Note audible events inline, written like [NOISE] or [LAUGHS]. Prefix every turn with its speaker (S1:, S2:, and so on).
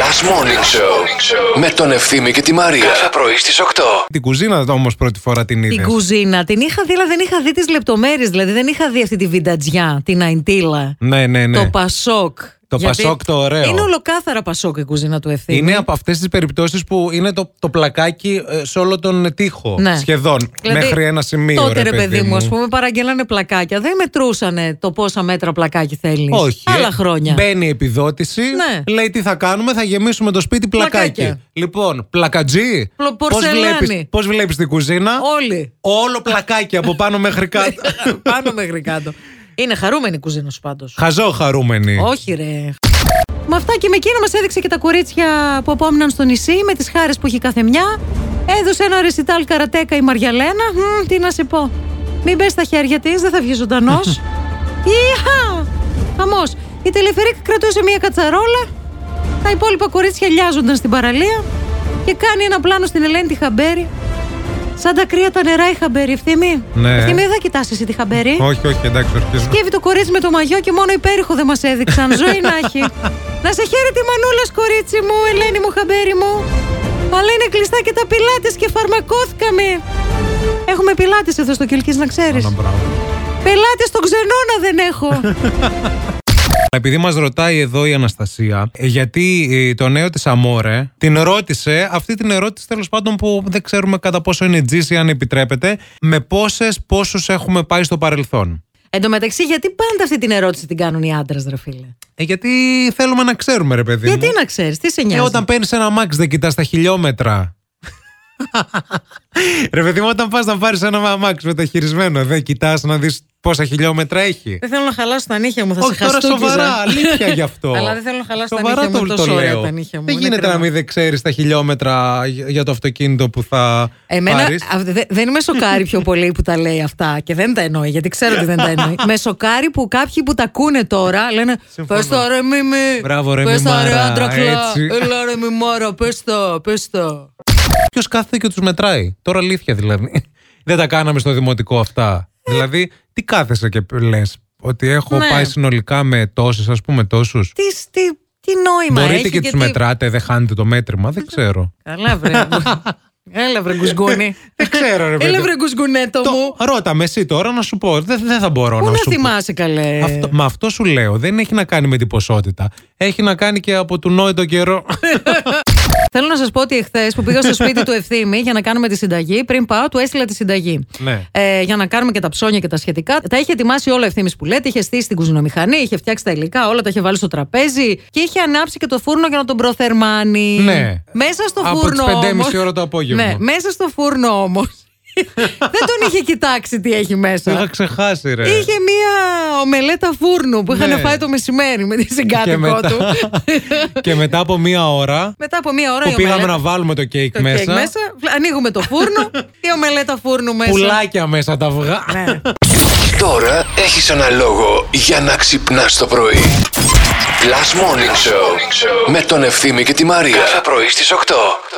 S1: Last Morning Show με τον Ευθύμη και τη Μαρία. Κάθε πρωί στις 8.
S2: Την κουζίνα όμως πρώτη φορά την είδες.
S3: Την κουζίνα. Την είχα δει, αλλά δεν είχα δει τις λεπτομέρειες. Δηλαδή δεν είχα δει αυτή τη βιντατζιά, την αϊντίλα.
S2: Ναι, ναι, ναι.
S3: Το πασόκ.
S2: Το πασόκ το ωραίο.
S3: Είναι ολοκάθαρα πασόκ η κουζίνα του ευθύνη.
S2: Είναι από αυτές τις περιπτώσεις που είναι το, το πλακάκι ε, σε όλο τον τοίχο.
S3: Ναι.
S2: Σχεδόν. μέχρι ένα σημείο.
S3: Τότε ρε παιδί μου, ας πούμε, παραγγέλανε πλακάκια. Δεν μετρούσανε το πόσα μέτρα πλακάκι θέλεις.
S2: Όχι. ε,
S3: Άλλα χρόνια.
S2: Μπαίνει η επιδότηση.
S3: Ναι.
S2: Λέει τι θα κάνουμε, θα γεμίσουμε το σπίτι πλακάκι.
S3: Πλακάκια.
S2: Λοιπόν, πλακατζή.
S3: Πλο-
S2: Πώς
S3: πορσελάνι.
S2: βλέπεις- Πώς βλέπεις την κουζίνα.
S3: Όλοι. [LAUGHS]
S2: Όλο πλακάκι από πάνω μέχρι κάτω.
S3: Πάνω μέχρι κάτω. Είναι χαρούμενη η κουζίνα σου πάντως.
S2: Χαζό χαρούμενη.
S3: Όχι, ρε. Με αυτά και με εκείνα μας έδειξε και τα κορίτσια που απόμειναν στο νησί με τις χάρες που έχει κάθε μια. Έδωσε ένα ρεσιτάλ καρατέκα η Μαριαλένα. Μμμ, τι να σε πω. Μην πες στα χέρια της, δεν θα βγει ζωντανός.
S2: [LAUGHS]
S3: Ιχα! Χαμός. Η Τελεφερίκ κρατούσε μια κατσαρόλα. Τα υπόλοιπα κορίτσια λιάζονταν στην παραλία. Και κάνει ένα πλάνο στην Ελένη τη Χαμπέρι. Σαν τα κρύα τα νερά η Χαμπέρι, ευθύμη.
S2: Ναι.
S3: Ευθύμη, δεν θα κοιτά εσύ τη Χαμπέρι.
S2: όχι, όχι, εντάξει, ορκίζω.
S3: Σκεύει το κορίτσι με το μαγιό και μόνο υπέρηχο δεν μας έδειξαν. Ζωή να έχει. να σε χαίρεται η μανούλας, σου, κορίτσι μου, Ελένη μου, χαμπέρι μου. Αλλά είναι κλειστά και τα πιλάτες και φαρμακώθηκαμε. Έχουμε πιλάτες εδώ στο Κελκή, να ξέρεις.
S2: Ένα μπράβο.
S3: Πελάτε στον ξενώνα δεν
S2: [LAUGHS]
S3: έχω.
S2: Επειδή μας ρωτάει εδώ η Αναστασία, ε, γιατί ε, το νέο της Αμόρε την ρώτησε, αυτή την ερώτηση τέλος πάντων που δεν ξέρουμε κατά πόσο είναι τζίση, αν επιτρέπεται, με πόσες, πόσους έχουμε πάει στο παρελθόν.
S3: Εν τω μεταξύ, γιατί πάντα αυτή την ερώτηση την κάνουν οι άντρες, ρε φίλε.
S2: Ε, γιατί θέλουμε να ξέρουμε, ρε παιδί.
S3: Γιατί
S2: μου.
S3: να ξέρεις, τι σε νοιάζει.
S2: ναι. Ε, όταν παίρνεις ένα μάξ, δεν κοιτάς τα
S3: [LAUGHS]
S2: χιλιόμετρα. ρε παιδί μου, όταν πας να πάρεις ένα μάξ μεταχειρισμένο, δεν κοιτάς να δεις πόσα χιλιόμετρα έχει.
S3: Δεν θέλω να χαλάσω τα νύχια μου, θα
S2: Όχι
S3: σε
S2: τώρα
S3: χαστούκιζα.
S2: σοβαρά, αλήθεια γι' αυτό.
S3: [LAUGHS] Αλλά δεν θέλω να χαλάσω τα
S2: Σοβαρά
S3: νύχια μου,
S2: το,
S3: τόσο
S2: το
S3: ωραία
S2: λέω.
S3: τα νύχια μου.
S2: Δεν
S3: είναι
S2: γίνεται
S3: κρίμα.
S2: να μην δεν ξέρεις τα χιλιόμετρα για για το αυτοκίνητο που θα
S3: Εμένα
S2: πάρεις.
S3: α, δε- δεν με σοκάρει πιο πολύ που τα λέει αυτά και δεν τα εννοεί, γιατί ξέρω ότι δεν τα
S2: [LAUGHS]
S3: εννοεί. με σοκάρει που κάποιοι που τα ακούνε τώρα λένε
S2: Συμφωνώ.
S3: Πες το ρε μίμη.
S2: Μπράβο, ρε,
S3: Πες τα ρε
S2: μιμάρα,
S3: άντρακλα.
S2: έτσι.
S3: Έλα ρε μιμάρα, πες το, πες το.
S2: Ποιο κάθεται και τους μετράει. Τώρα αλήθεια δηλαδή. [LAUGHS] δεν τα κάναμε στο δημοτικό αυτά. δηλαδή, τι κάθεσαι και λες. Ότι έχω
S3: Ναι.
S2: πάει συνολικά με τόσες, ας πούμε, τόσους.
S3: Τι, σ- τι, τι νόημα
S2: Μπορείτε
S3: έχει
S2: και τους
S3: γιατί- Ναι.
S2: μετράτε, δεν χάνετε το μέτρημα, δεν ξέρω.
S3: Καλά,
S2: [LAUGHS]
S3: βρε. Έλα, βρε γκουσγκούνι.
S2: δεν ξέρω, ρε παιδί.
S3: Ε, Έλα, βρε γκουσγκουνέτο μου.
S2: Το, ρώτα με εσύ τώρα να σου πω. Δεν, δεν θα μπορώ
S3: Πού
S2: να
S3: να
S2: σου πω.
S3: θυμάσαι, καλέ.
S2: Αυτό, μα αυτό σου λέω. Δεν έχει να κάνει με την ποσότητα. Έχει να κάνει και από του νόητο καιρό.
S3: Θέλω να σας πω ότι εχθές που
S2: [LAUGHS]
S3: πήγα στο σπίτι του Ευθύμη για να κάνουμε τη συνταγή, πριν πάω, του έστειλα τη συνταγή.
S2: Ναι.
S3: Ε, για να κάνουμε και τα ψώνια και τα σχετικά. Τα είχε ετοιμάσει όλα ο Ευθύμης που λέτε, είχε στήσει την κουζινομηχανή, είχε φτιάξει τα υλικά, όλα τα είχε βάλει στο τραπέζι και είχε ανάψει και το φούρνο για να τον προθερμάνει.
S2: Ναι.
S3: Μέσα στο
S2: Από τις
S3: φούρνο.
S2: 5.30
S3: όμως-
S2: ώρα το απόγευμα.
S3: Ναι, μέσα στο φούρνο όμως.
S2: [LAUGHS]
S3: δεν τον είχε κοιτάξει τι έχει
S2: Το είχα
S3: μέσα.
S2: ξεχάσει, ρε.
S3: Είχε μία ομελέτα φούρνου που είχαν
S2: Ναι.
S3: φάει το μεσημέρι με τη συγκάτοικο
S2: [LAUGHS]
S3: του.
S2: και μετά από μία ώρα
S3: μετά από μία ώρα
S2: που
S3: η
S2: πήγαμε
S3: ομελέτα-
S2: να βάλουμε το κέικ
S3: το
S2: μέσα.
S3: κέικ μέσα. βλα- Ανοίγουμε το φούρνο. Η ομελέτα φούρνου μέσα.
S2: Πουλάκια μέσα τα αυγά.
S3: Ναι.
S1: Τώρα έχεις ένα λόγο για να ξυπνάς το πρωί. Last Morning Show με τον Ευθύμη και τη Μαρία. Κάθε πρωί στις 8.